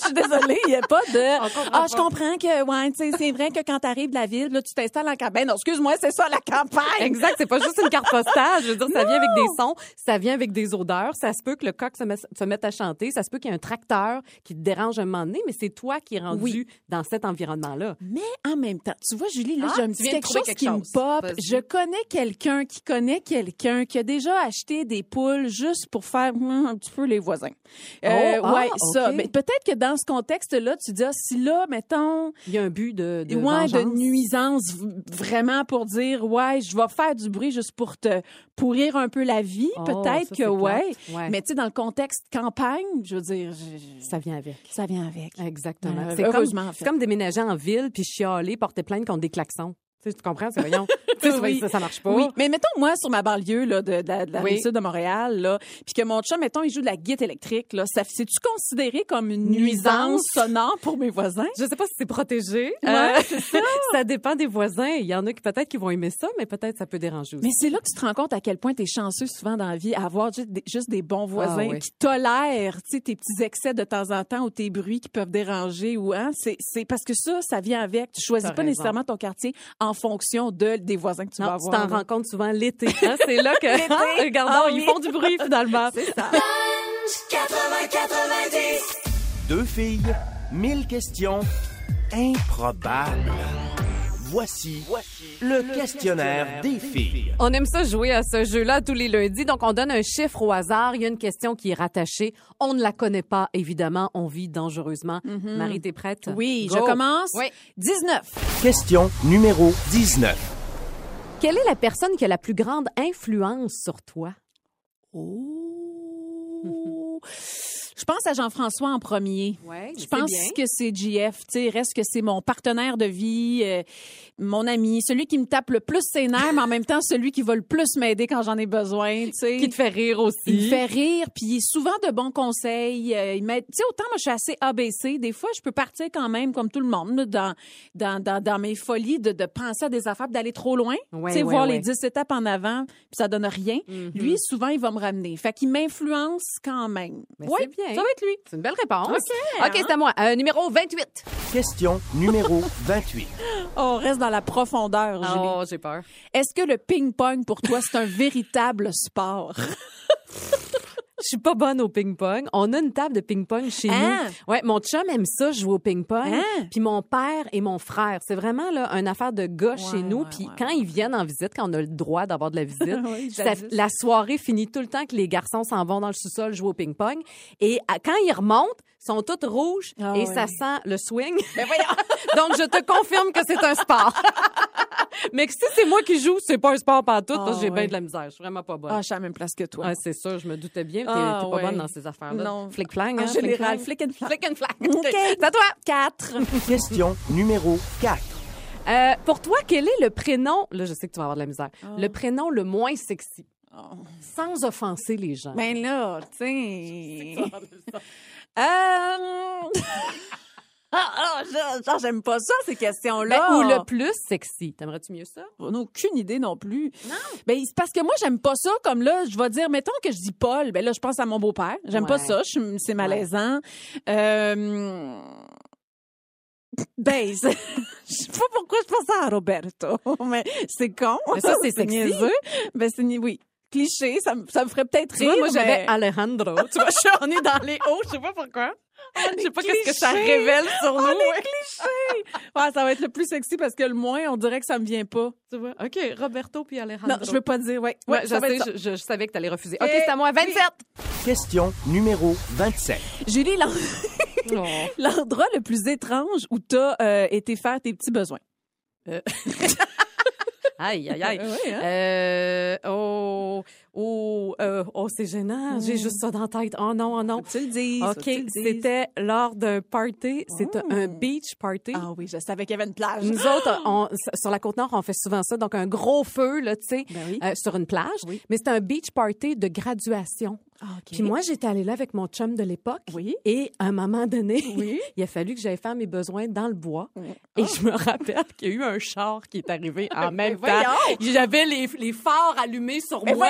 Speaker 5: Je suis désolée, il n'y a pas de. Ah, je comprends que, ouais, tu sais, c'est vrai que quand tu arrives de la ville, là, tu t'installes en campagne. Non, excuse-moi, c'est ça, la campagne.
Speaker 4: Exact, c'est pas juste une carte postale. Je veux dire, ça vient avec des sons, ça vient avec des odeurs, ça se peut que le coq se, mette- se mette à chanter, ça se peut qu'il y ait un tracteur qui te dérange un moment donné, mais c'est toi qui es rendu
Speaker 5: Oui.
Speaker 4: dans cet environnement-là.
Speaker 5: Mais en même temps, tu vois, Julie, là,
Speaker 4: Ah,
Speaker 5: j'ai un
Speaker 4: tu
Speaker 5: petit
Speaker 4: viens de
Speaker 5: quelque
Speaker 4: trouver
Speaker 5: chose
Speaker 4: quelque
Speaker 5: qui
Speaker 4: chose.
Speaker 5: me pop.
Speaker 4: Vas-y.
Speaker 5: Je connais quelqu'un qui connaît quelqu'un qui a déjà acheté des poules juste pour faire (laughs) hum, un petit peu les voisins. Euh,
Speaker 4: Oh, ah,
Speaker 5: ouais, ça.
Speaker 4: ok.
Speaker 5: Mais peut-être que dans ce contexte-là, tu dis, ah, si là, mettons,
Speaker 4: Il y a un but de, de
Speaker 5: ouais, de
Speaker 4: vengeance.
Speaker 5: nuisance v- vraiment pour dire ouais je vais faire du bruit juste pour te pourrir un peu la vie
Speaker 4: Oh,
Speaker 5: peut-être
Speaker 4: ça,
Speaker 5: que
Speaker 4: c'est
Speaker 5: ouais.
Speaker 4: plate. Ouais.
Speaker 5: mais tu sais dans le contexte campagne je veux dire je- je-
Speaker 4: Ça vient avec.
Speaker 5: ça vient avec
Speaker 4: Exactement.
Speaker 5: Euh,
Speaker 4: c'est comme,
Speaker 5: heureusement, en fait.
Speaker 4: c'est comme déménager en ville puis chialer, porter plainte contre des klaxons. Tu, sais, tu comprends, c'est
Speaker 5: (laughs)
Speaker 4: voyons. tu sais,
Speaker 5: Oui.
Speaker 4: ça, ça marche pas.
Speaker 5: Oui, mais mettons moi sur ma banlieue là de, de la- de la
Speaker 4: Oui.
Speaker 5: rive sud de Montréal là, puis que mon chum mettons il joue de la guitare électrique là, ça c'est tu considéré comme une
Speaker 4: Nuisance.
Speaker 5: nuisance sonore pour mes voisins
Speaker 4: Je sais pas si c'est protégé.
Speaker 5: Ouais,
Speaker 4: Euh, (laughs) ça. dépend des voisins. Il y en a qui peut-être qui vont aimer ça, mais peut-être ça peut déranger aussi.
Speaker 5: Mais c'est là que tu te rends compte à quel point tu es chanceux souvent dans la vie, à avoir juste des, juste des bons voisins
Speaker 4: Ah oui.
Speaker 5: qui tolèrent tu sais, tes petits excès de temps en temps ou tes bruits qui peuvent déranger. ou hein, c'est, c'est parce que ça, ça vient avec. Tu choisis
Speaker 4: T'as
Speaker 5: pas
Speaker 4: raison.
Speaker 5: nécessairement ton quartier en fonction de, des voisins que tu vas
Speaker 4: non, tu
Speaker 5: avoir.
Speaker 4: t'en
Speaker 5: là.
Speaker 4: rends compte souvent l'été. hein. (laughs) C'est là que, (laughs) hein, regardons,
Speaker 5: Ah
Speaker 4: ils
Speaker 5: oui.
Speaker 4: font du bruit
Speaker 5: (laughs)
Speaker 4: finalement.
Speaker 3: Deux filles, mille questions improbables.
Speaker 7: Voici, le, questionnaire des filles.
Speaker 4: (laughs) On aime ça jouer à ce jeu-là tous les lundis. Donc, on donne un chiffre au hasard. Il y a une question qui est rattachée. On ne la connaît pas, évidemment. On vit dangereusement. Marie, t'es prête?
Speaker 5: Mm-hmm. Oui,
Speaker 4: Go.
Speaker 5: je commence.
Speaker 4: Oui.
Speaker 5: 19.
Speaker 7: Question numéro 19.
Speaker 4: Quelle est la personne qui a la plus grande influence sur toi? (laughs)
Speaker 5: Oh. Je pense à Jean-François en premier.
Speaker 4: Oui,
Speaker 5: Je pense que c'est GF, tu sais, reste que c'est mon partenaire de vie, euh, mon ami, celui qui me tape le plus ses nerfs, mais en même temps celui qui va le plus m'aider quand j'en ai besoin, tu sais.
Speaker 4: Qui te fait rire aussi.
Speaker 5: Il me fait rire, puis il est souvent de bons conseils. euh, il m'aide. Tu sais, autant moi, je suis assez ABC. Des fois, je peux partir quand même, comme tout le monde, là, dans, dans, dans, dans mes folies de, de penser à des affaires, puis d'aller trop loin.
Speaker 4: Ouais,
Speaker 5: tu sais,
Speaker 4: ouais,
Speaker 5: voir
Speaker 4: ouais. Mm-hmm.
Speaker 5: les 10 étapes en avant, puis ça donne rien. Lui, souvent, il va me ramener. Fait qu'il m'influence quand même.
Speaker 4: Ben,
Speaker 5: oui,
Speaker 4: c'est bien.
Speaker 5: ça va être lui.
Speaker 4: C'est une belle réponse.
Speaker 5: OK, hein.
Speaker 4: OK, c'est à moi. Euh, numéro 28.
Speaker 7: Question numéro 28.
Speaker 5: Oh, on reste dans la profondeur, Julie.
Speaker 4: Oh, j'ai peur.
Speaker 5: Est-ce que le ping-pong, pour toi,
Speaker 4: (laughs)
Speaker 5: c'est un véritable sport?
Speaker 4: Je suis pas bonne au ping-pong. On a une table de ping-pong chez
Speaker 5: Hein?
Speaker 4: nous. Ouais, mon chum aime ça jouer au ping-pong.
Speaker 5: Hein?
Speaker 4: Puis mon père et mon frère, c'est vraiment là une affaire de gars chez nous.
Speaker 5: ouais,
Speaker 4: Puis
Speaker 5: ouais,
Speaker 4: quand ils viennent en visite, quand on a le droit d'avoir de la visite,
Speaker 5: (laughs) Oui,
Speaker 4: ça-
Speaker 5: j'avoue.
Speaker 4: la soirée finit tout le temps que les garçons s'en vont dans le sous-sol jouer au ping-pong. Et à- quand ils remontent, ils sont tous rouges
Speaker 5: Ah Ben
Speaker 4: et
Speaker 5: ouais.
Speaker 4: ça sent
Speaker 5: (laughs)
Speaker 4: le swing. (laughs) Donc je te confirme que c'est un sport. (laughs) Mais que si c'est moi qui joue, c'est pas un sport partout.
Speaker 5: Ah
Speaker 4: parce que j'ai bien
Speaker 5: ouais.
Speaker 4: de la misère. Je suis vraiment pas bonne.
Speaker 5: Ah, je suis à la même place que toi.
Speaker 4: Ah, c'est ça, je me doutais bien. T'es
Speaker 5: Ah,
Speaker 4: t'es pas
Speaker 5: ouais.
Speaker 4: bonne dans ces affaires-là.
Speaker 5: Non.
Speaker 4: Flic-flang,
Speaker 5: En
Speaker 4: hein?
Speaker 5: général, flic
Speaker 4: flic-flang.
Speaker 5: and flac.
Speaker 4: Flic and flac.
Speaker 5: (laughs) OK.
Speaker 4: (laughs) C'est à toi. Quatre.
Speaker 7: Question numéro 4.
Speaker 4: Euh, pour toi, quel est le prénom... Là, je sais que tu vas avoir de la misère.
Speaker 5: Ah.
Speaker 4: Le prénom le moins sexy. Sans offenser les gens.
Speaker 5: Ben là, tu sais.
Speaker 4: (laughs)
Speaker 5: Euh, (laughs) Ah, ah, je- genre, j'aime pas ça, ces questions-là.
Speaker 4: Ben, ou le plus sexy. T'aimerais-tu mieux ça?
Speaker 5: On n'a aucune idée non plus. Non. Ben, c'est parce que moi, j'aime pas ça. Comme là, je vais dire, mettons que je dis Paul, ben là, je pense à mon beau-père. J'aime pas
Speaker 4: Ouais.
Speaker 5: ça. je suis- C'est malaisant. Euh, Ben, (laughs) c'est- je sais pas pourquoi je pense à Roberto, (laughs) mais (laughs) c'est con.
Speaker 4: Mais ça, c'est sexy.
Speaker 5: niaiseux. Ben, c'est ni- oui. Cliché, ça, me- ça me ferait peut-être
Speaker 4: Tu
Speaker 5: rire.
Speaker 4: vois, moi, j'avais
Speaker 5: mais- (laughs)
Speaker 4: Alejandro. tu vois, je suis- on est dans les hauts. Je sais pas pourquoi. Je sais pas qu'est-ce que ça
Speaker 5: clichés.
Speaker 4: révèle sur
Speaker 5: Oh,
Speaker 4: nous.
Speaker 5: les clichés! Ouais, ça va être le plus sexy parce que le moins, on dirait que ça me vient pas.
Speaker 4: Tu vois? OK, Roberto puis
Speaker 5: Non,
Speaker 4: Alejandro.
Speaker 5: je veux pas dire, ouais.
Speaker 4: Ouais,
Speaker 5: Ouais,
Speaker 4: je,
Speaker 5: ça va être
Speaker 4: sais,
Speaker 5: ça.
Speaker 4: je, je- je savais que t'allais refuser.
Speaker 5: Et
Speaker 4: OK, c'est à moi. 27.
Speaker 7: Question numéro 27.
Speaker 5: Julie, l'en-
Speaker 4: Oh.
Speaker 5: l'endroit le plus étrange où t'as euh, été faire tes petits besoins.
Speaker 4: Aïe,
Speaker 5: (laughs)
Speaker 4: aïe, aïe.
Speaker 5: Ouais, hein?
Speaker 4: Euh, oh, oh, euh, oh, c'est gênant.
Speaker 5: Hmm.
Speaker 4: J'ai juste ça dans la tête. Oh non, oh non.
Speaker 5: Faut-tu le dis.
Speaker 4: OK, c'était lors d'un party. C'était
Speaker 5: Oh.
Speaker 4: un beach party.
Speaker 5: Ah oui, je savais qu'il y avait une plage. Ah!
Speaker 4: Nous autres, on- s- sur la Côte-Nord, on fait souvent ça. Donc, un gros feu, là, tu sais,
Speaker 5: Ben oui.
Speaker 4: euh, sur une plage.
Speaker 5: Oui. Ah,
Speaker 4: Mais c'était un beach party de graduation. Puis moi, j'étais allée là avec mon chum de l'époque.
Speaker 5: Oui.
Speaker 4: Et à un moment donné,
Speaker 5: Oui.
Speaker 4: (laughs)
Speaker 5: Ah!
Speaker 4: il a fallu que j'aille faire mes besoins dans le bois. Et je me rappelle qu'il y a eu un char qui est arrivé
Speaker 5: (laughs) Ben
Speaker 4: en même temps. J'avais les, les phares allumés sur
Speaker 5: Ben
Speaker 4: moi.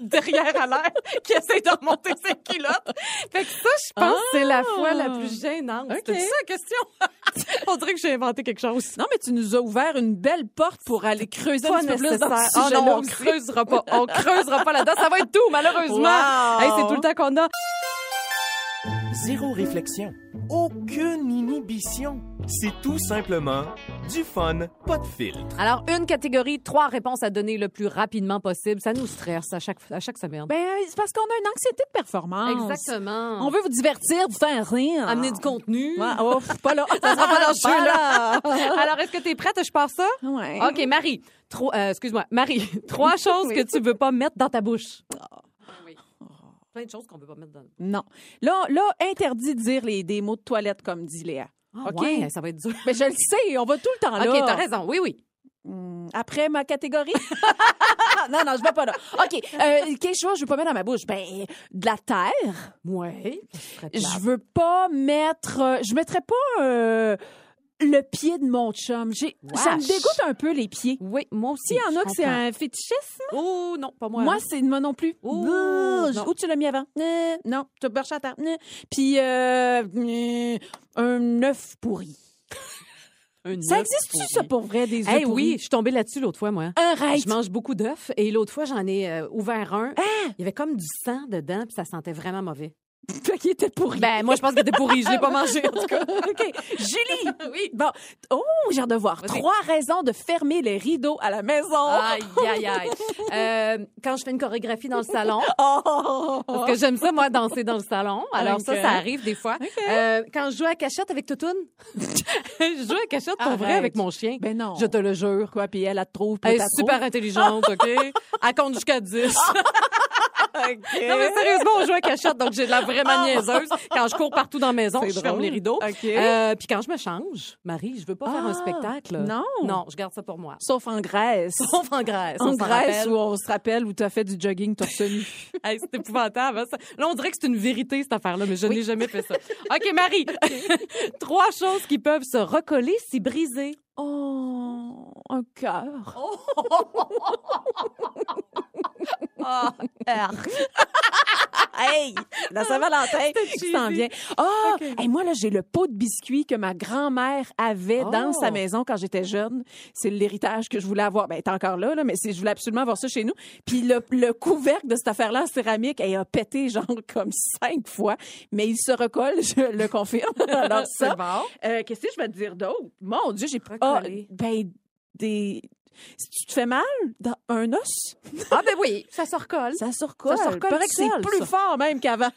Speaker 4: derrière à l'air, qui essaie de remonter ses culottes. Fait que ça, je pense, que c'est
Speaker 5: Ah!
Speaker 4: la fois la plus gênante.
Speaker 5: Ok.
Speaker 4: C'était ça la question? (laughs) On dirait que j'ai inventé quelque chose.
Speaker 5: Non, mais tu nous as ouvert une belle porte pour aller creuser un
Speaker 4: Pas
Speaker 5: petit peu plus
Speaker 4: nécessaire.
Speaker 5: dans ce
Speaker 4: Oh
Speaker 5: sujet-là
Speaker 4: non, on
Speaker 5: aussi.
Speaker 4: creusera pas. (laughs) On creusera pas là-dedans. Ça va être tout, malheureusement.
Speaker 5: Wow.
Speaker 4: Hey, c'est tout le temps qu'on a.
Speaker 7: Zéro réflexion. Aucune inhibition. C'est tout simplement du fun, pas de filtre.
Speaker 4: Alors, une catégorie, trois réponses à donner le plus rapidement possible. Ça nous stresse à chaque, à chaque semaine.
Speaker 5: Ben, c'est parce qu'on a une anxiété de performance.
Speaker 4: Exactement.
Speaker 5: On veut vous divertir, vous faire rire.
Speaker 4: amener du contenu.
Speaker 5: Ouais, oh, pas là.
Speaker 4: (laughs) Ça sera pas dans le
Speaker 5: Pas
Speaker 4: jeu, là. Alors, est-ce que tu es prête? Je pars ça?
Speaker 5: (laughs) Ouais.
Speaker 4: OK, Marie. Trois, euh, excuse-moi. Marie, (laughs) trois choses que tu veux pas mettre dans ta bouche. Plein de choses qu'on veut pas mettre dans
Speaker 5: Non. Là, là, interdit de dire les, des mots de toilette comme dit Léa.
Speaker 4: OK.
Speaker 5: OK.
Speaker 4: Ah ça va être dur. (laughs)
Speaker 5: Mais je le sais, on va tout le temps là.
Speaker 4: OK, t'as raison. Oui, oui.
Speaker 5: Hmm, Après ma (laughs) catégorie. non, non, je vais pas là. OK. Euh, quelle chose je veux pas mettre dans ma bouche? Ben, de la terre.
Speaker 4: Oui.
Speaker 5: Je veux pas mettre. euh, je mettrais pas euh, le pied de mon chum. J'ai- Ça me
Speaker 4: Wesh.
Speaker 5: dégoûte un peu les pieds.
Speaker 4: Oui, moi aussi.
Speaker 5: S'il y en a
Speaker 4: je
Speaker 5: que c'est
Speaker 4: comprends.
Speaker 5: un fétichisme,
Speaker 4: Oh non, pas moi.
Speaker 5: moi, c'est moi non plus.
Speaker 4: Ouh,
Speaker 5: Ouh,
Speaker 4: non.
Speaker 5: Où tu l'as mis avant? Euh, non, tu as berché à terre. Euh, Puis, euh, euh, un œuf pourri.
Speaker 4: Un
Speaker 5: Ça
Speaker 4: œuf
Speaker 5: existe-tu,
Speaker 4: pourri.
Speaker 5: ça, pour vrai, des œufs
Speaker 4: Eh oui,
Speaker 5: pourris?
Speaker 4: je suis tombée là-dessus l'autre fois, moi.
Speaker 5: Arrête! (laughs)
Speaker 4: Je mange beaucoup Hein? d'œufs et l'autre fois, j'en ai euh, ouvert un. Il y avait comme du sang dedans, puis ça sentait vraiment mauvais.
Speaker 5: Fait qu'il était pourri.
Speaker 4: (laughs) Ben, moi, je pense que t'es pourri. Je l'ai pas mangé, en (laughs) tout cas.
Speaker 5: OK. Julie!
Speaker 4: (laughs)
Speaker 5: Oui. Bon. Oh, j'ai hâte de voir. Trois raisons de fermer les rideaux à la maison.
Speaker 4: Aïe, aïe, aïe. Euh, quand je fais une chorégraphie dans le salon,
Speaker 5: Oh!
Speaker 4: parce que j'aime ça, moi, danser dans le salon. Alors ça,
Speaker 5: Ok.
Speaker 4: ça arrive des fois. Euh, quand je joue à cachette avec Toutoune, (laughs) je joue à cachette pour vrai
Speaker 5: Arrête.
Speaker 4: avec mon chien.
Speaker 5: Ben non.
Speaker 4: Je te le jure.
Speaker 5: Quoi, puis elle, elle te trouve. puis
Speaker 4: Elle
Speaker 5: t'as
Speaker 4: est super
Speaker 5: (laughs)
Speaker 4: intelligente, OK? Elle compte jusqu'à 10.
Speaker 5: trop. OK.
Speaker 4: Non, mais sérieusement, on joue à cachette, donc j'ai de la vraiment niaiseuse. Quand je cours partout dans la maison,
Speaker 5: Ah. C'est
Speaker 4: je ferme
Speaker 5: drôle.
Speaker 4: les rideaux.
Speaker 5: OK.
Speaker 4: Euh, puis quand je me change, Marie, je veux pas faire
Speaker 5: Ah,
Speaker 4: un spectacle.
Speaker 5: non.
Speaker 4: Non, je garde ça
Speaker 5: (laughs)
Speaker 4: pour moi.
Speaker 5: Sauf en Grèce.
Speaker 4: Sauf en Grèce.
Speaker 5: en
Speaker 4: on s'en
Speaker 5: Grèce
Speaker 4: rappelle.
Speaker 5: où on se rappelle où t'as fait du jogging torse nu.
Speaker 4: Hey, c'est épouvantable. hein, ça. Là, on dirait que c'est une vérité, cette affaire-là, mais je n'ai jamais (laughs) fait ça. OK, Marie. (laughs) Trois choses qui peuvent se recoller si brisées.
Speaker 5: Oh, un cœur. Oh. (laughs) Ah, (laughs) hey, la Saint-Valentin qui s'en vient. Oh, hey, moi, là, j'ai le pot de biscuits que ma grand-mère avait dans
Speaker 4: Oh.
Speaker 5: sa maison quand j'étais jeune. C'est l'héritage que je voulais avoir. Ben, elle est encore là, là, mais c'est- je voulais absolument avoir ça chez nous. Puis le, le couvercle de cette affaire-là en céramique, elle a pété genre comme cinq fois, mais il se recolle, je le confirme. (laughs) Alors ça,
Speaker 4: C'est bon.
Speaker 5: euh, Qu'est-ce que je vais te dire d'autre? Mon Dieu, j'ai pas
Speaker 4: Recoller.
Speaker 5: ben, des. Si tu te fais mal dans un os,
Speaker 4: Ah, ben oui, ça se recolle.
Speaker 5: ça se recolle.
Speaker 4: Ça se recolle
Speaker 5: Paraît que
Speaker 4: tout
Speaker 5: c'est
Speaker 4: seul,
Speaker 5: plus
Speaker 4: ça.
Speaker 5: fort même (laughs) qu'avant.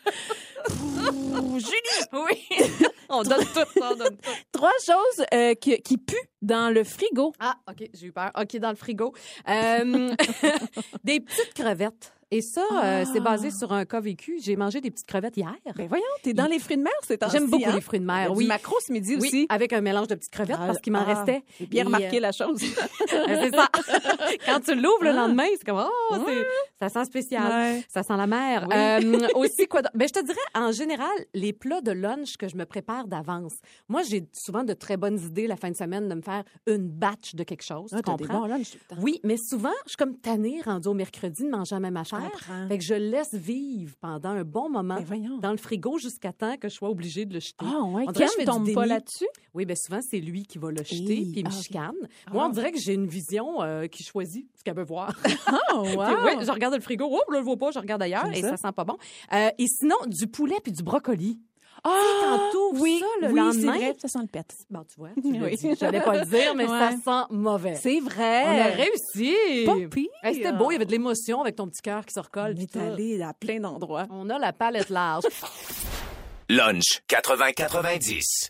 Speaker 5: Ouh, Julie,
Speaker 4: (laughs) Oui. (laughs) on donne tout, on donne tout.
Speaker 5: trois choses euh, qui, qui puent dans le frigo.
Speaker 4: (laughs) Ah, OK, j'ai eu peur. OK, dans le frigo. Euh, (laughs) des petites crevettes. Et ça, euh, c'est basé sur un cas vécu. J'ai mangé des petites crevettes hier.
Speaker 5: Ben voyons, t'es dans les fruits de mer, c'est hein?
Speaker 4: J'aime beaucoup les fruits de mer, hein. Ben oui.
Speaker 5: Du macro ce midi
Speaker 4: Oui,
Speaker 5: aussi.
Speaker 4: avec un mélange de petites crevettes
Speaker 5: Ah,
Speaker 4: parce qu'il m'en
Speaker 5: ah,
Speaker 4: restait.
Speaker 5: J'ai bien
Speaker 4: Et,
Speaker 5: remarqué
Speaker 4: euh,
Speaker 5: la chose.
Speaker 4: Ben, c'est ça. (laughs) Quand tu l'ouvres le lendemain, c'est comme oh, c'est- ça sent spécial.
Speaker 5: Ah. Ouais.
Speaker 4: Ça sent la mer.
Speaker 5: Oui. (laughs)
Speaker 4: Euh, aussi quoi d'autre? ben, je te dirais en général les plats de lunch que je me prépare d'avance. Moi, j'ai souvent de très bonnes idées la fin de semaine de me faire une batch de quelque chose, tu
Speaker 5: Ah, t'as des
Speaker 4: comprends
Speaker 5: bons lunchs tout le temps.
Speaker 4: Oui, mais souvent, je suis comme tannée rendue au mercredi de manger la même affaire.
Speaker 5: comprends.
Speaker 4: Fait que je laisse vivre pendant un bon moment
Speaker 5: Ben voyons.
Speaker 4: dans le frigo jusqu'à temps que je sois obligée de le jeter.
Speaker 5: Ah ouais,
Speaker 4: On dirait que
Speaker 5: Ken
Speaker 4: je fais du
Speaker 5: tombe pas
Speaker 4: déni.
Speaker 5: là-dessus.
Speaker 4: Oui, bien souvent, c'est lui qui va le jeter,
Speaker 5: Hey,
Speaker 4: puis il me
Speaker 5: ah, ok.
Speaker 4: chicane. Moi, on
Speaker 5: Ah.
Speaker 4: dirait que j'ai une vision euh, qui choisit ce qu'elle veut voir. (laughs)
Speaker 5: (laughs) Oh,
Speaker 4: Puis
Speaker 5: wow.
Speaker 4: oui, je regarde le frigo, oh, là, je le vois pas, je regarde ailleurs,
Speaker 5: J'aime
Speaker 4: et
Speaker 5: ça.
Speaker 4: ça. sent pas bon. Euh, et sinon, du poulet puis du brocoli.
Speaker 5: Ah,
Speaker 4: quand t'ouvres
Speaker 5: oui,
Speaker 4: ça le
Speaker 5: oui,
Speaker 4: lendemain-
Speaker 5: c'est vrai, ça sent le pet.
Speaker 4: Bon, tu vois, tu l'as
Speaker 5: Oui.
Speaker 4: dit. (laughs) J'allais pas le dire, mais
Speaker 5: Ouais.
Speaker 4: ça sent mauvais.
Speaker 5: C'est
Speaker 4: On a
Speaker 5: vrai.
Speaker 4: réussi.
Speaker 5: Pas pire.
Speaker 4: Hey, C'était beau, il y avait de l'émotion avec ton petit cœur qui se recolle. puis
Speaker 5: est
Speaker 4: tout.
Speaker 5: allé à plein d'endroits.
Speaker 4: On a la palette large.
Speaker 3: Lunch 80-90.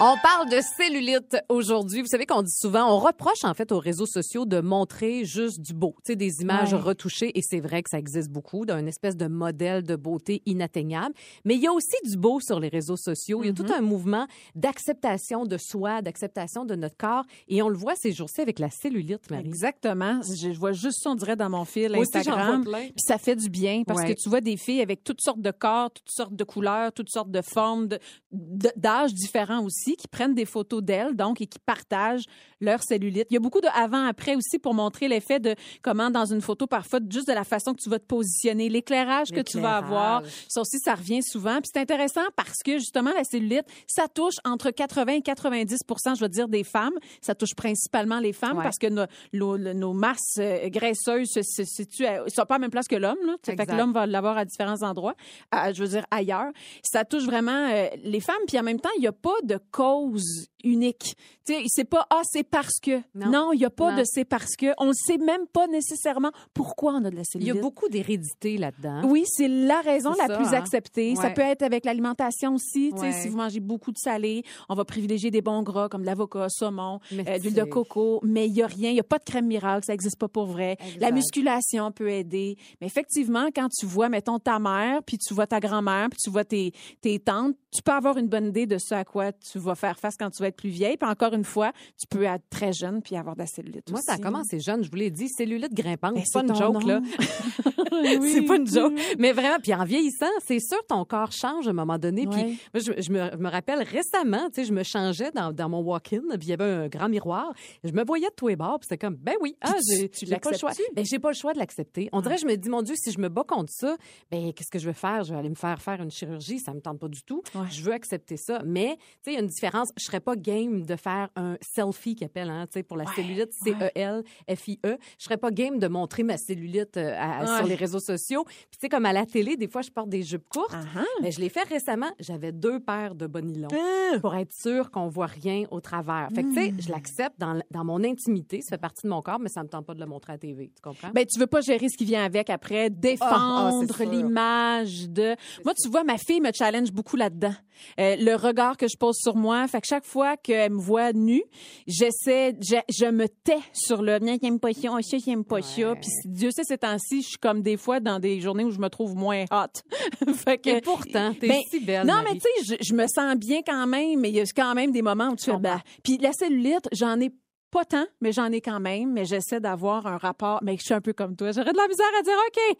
Speaker 4: On parle de cellulite aujourd'hui. Vous savez qu'on dit souvent, on reproche en fait aux réseaux sociaux de montrer juste du beau, tu sais, des images
Speaker 5: Ouais.
Speaker 4: retouchées. Et c'est vrai que ça existe beaucoup, d'un espèce de modèle de beauté inatteignable. Mais il y a aussi du beau sur les réseaux sociaux. Il y a
Speaker 5: Mm-hmm.
Speaker 4: tout un mouvement d'acceptation de soi, d'acceptation de notre corps. Et on le voit ces jours-ci avec la cellulite, Marie.
Speaker 5: Exactement. Je vois juste ça, on dirait, dans mon fil
Speaker 4: Moi aussi, j'en
Speaker 5: Instagram.
Speaker 4: vois plein.
Speaker 5: Puis ça fait du bien parce
Speaker 4: Ouais.
Speaker 5: que tu vois des filles avec toutes sortes de corps, toutes sortes de couleurs, toutes sortes de formes, de- de- d'âges différents aussi, qui prennent des photos d'elles, donc, et qui partagent leur cellulite. Il y a beaucoup de avant-après aussi pour montrer l'effet de comment, dans une photo, parfois, juste de la façon que tu vas te positionner, l'éclairage que tu vas avoir.
Speaker 4: L'éclairage.
Speaker 5: Ça aussi, ça revient souvent. Puis c'est intéressant parce que, justement, la cellulite, ça touche entre 80 et 90 je veux dire, des femmes. Ça touche principalement les femmes
Speaker 4: Ouais.
Speaker 5: parce que nos, nos- nos masses euh, graisseuses se, se situent, à- sont pas à la même place que l'homme. là. Ça fait que
Speaker 4: Exact.
Speaker 5: l'homme va l'avoir à différents endroits, à- je veux dire ailleurs. Ça touche vraiment euh, les femmes, puis en même temps, il n'y a pas de cause unique. Tu sais, c'est pas ah c'est parce que.
Speaker 4: Non.
Speaker 5: Non, il n'y a pas
Speaker 4: Non.
Speaker 5: de c'est parce que. On ne sait même pas nécessairement pourquoi on a de la
Speaker 4: Il y
Speaker 5: cellulite.
Speaker 4: a beaucoup d'hérédité là-dedans.
Speaker 5: Oui, c'est la raison
Speaker 4: hein? C'est
Speaker 5: la
Speaker 4: ça,
Speaker 5: plus
Speaker 4: hein.
Speaker 5: acceptée. Ça
Speaker 4: Ouais.
Speaker 5: peut être avec l'alimentation aussi. tu sais,
Speaker 4: Ouais.
Speaker 5: Si vous mangez beaucoup de salé, on va privilégier des bons gras comme de l'avocat, saumon,
Speaker 4: Mais
Speaker 5: euh, de l'huile
Speaker 4: c'est-
Speaker 5: de coco. Mais il n'y a rien. Il n'y a pas de crème miracle. Ça n'existe pas pour vrai. La
Speaker 4: Exact.
Speaker 5: musculation peut aider. Mais effectivement, quand tu vois, mettons, ta mère, puis tu vois ta grand-mère, puis tu vois tes, tes tantes, tu peux avoir une bonne idée de ce à quoi tu vas faire face quand tu vas être plus vieille. Puis encore une fois, tu peux être très jeune puis avoir de la cellulite
Speaker 4: Moi,
Speaker 5: aussi.
Speaker 4: ça a commencé jeune, je vous l'ai dit, cellulite grimpante.
Speaker 5: Ben,
Speaker 4: C'est pas
Speaker 5: c'est
Speaker 4: une
Speaker 5: ton
Speaker 4: joke,
Speaker 5: nom.
Speaker 4: là. (laughs)
Speaker 5: Oui,
Speaker 4: c'est pas une
Speaker 5: oui,
Speaker 4: joke.
Speaker 5: oui.
Speaker 4: Mais vraiment, puis en vieillissant, c'est sûr, ton corps change à un moment donné.
Speaker 5: Ouais.
Speaker 4: Puis moi, je, je me, je me rappelle récemment, tu sais, je me changeais dans, dans mon walk-in, puis il y avait un grand miroir. Je me voyais de tous les bords, puis c'était comme, ben oui, ah,
Speaker 5: Puis tu-
Speaker 4: j'ai,
Speaker 5: tu
Speaker 4: j'ai pas le choix.
Speaker 5: l'acceptes-tu?
Speaker 4: Ben, j'ai pas le choix de l'accepter. On dirait, je me dis, mon Dieu, si je me bats contre ça, ben, qu'est-ce que je vais faire? Je vais aller me faire faire une chirurgie, ça me tente pas du tout.
Speaker 5: Ouais.
Speaker 4: Je veux accepter ça. Mais, tu sais, il y a une différence. Je serais pas game de faire un selfie qu'ils appellent, hein, tu sais, pour la cellulite, C-E-L-F-I-E. Je serais pas game de montrer ma cellulite euh, à- à- sur
Speaker 5: Ouais.
Speaker 4: les réseaux sociaux. Puis, tu sais, comme à la télé, des fois, je porte des jupes courtes.
Speaker 5: Ah-ha.
Speaker 4: Mais je l'ai fait récemment. J'avais deux paires de bas nylon
Speaker 5: Ah.
Speaker 4: pour être sûr qu'on voit rien au travers. Fait que, tu
Speaker 5: Hmm.
Speaker 4: sais, je l'accepte dans, l- dans mon intimité. Ça fait partie de mon corps, mais ça me tente pas de le montrer à la TV. Tu comprends?
Speaker 5: Ben, tu veux pas gérer ce qui vient avec après,
Speaker 4: Ah, ah,
Speaker 5: défendre
Speaker 4: c'est sûr.
Speaker 5: l'image de. Moi, tu vois, ma fille me challenge beaucoup là-dedans. Euh, le regard que je pose sur moi, fait que chaque fois qu'elle me voit nue, j'essaie, je, je me tais sur le mien, j'aime pas ça, ça, j'aime pas ça.
Speaker 4: Ouais.
Speaker 5: Puis Dieu sait, ces temps-ci, je suis comme des fois dans des journées où je me trouve moins hot. (laughs) fait que.
Speaker 4: Et pourtant, t'es
Speaker 5: Ben,
Speaker 4: si belle.
Speaker 5: Non, mais
Speaker 4: Marie.
Speaker 5: tu sais, je, je me sens bien quand même, mais il y a quand même des moments où tu fais bah. Puis la cellulite, j'en ai pas tant, mais j'en ai quand même, mais j'essaie d'avoir un rapport, mais je suis un peu comme toi, j'aurais de la misère à dire OK.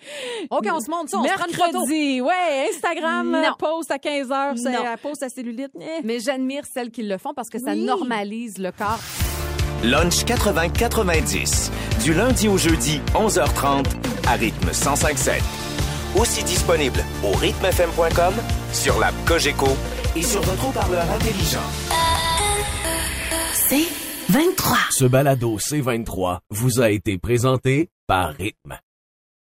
Speaker 4: OK, on se montre ça, on se prend une photo.
Speaker 5: mercredi, ouais, Instagram
Speaker 4: Non.
Speaker 5: euh, post à 15 heures, c'est
Speaker 4: Non.
Speaker 5: la post à cellulite. eh.
Speaker 4: Mais j'admire celles qui le font parce que ça
Speaker 5: Oui.
Speaker 4: normalise le corps.
Speaker 3: Lunch 80-90. Du lundi au jeudi, 11h30, à rythme 105.7. Aussi disponible au rythmefm.com, sur l'app Cogeco et sur votre haut-parleur intelligent.
Speaker 2: C'est 23.
Speaker 1: Ce balado C23 vous a été présenté par Rythme.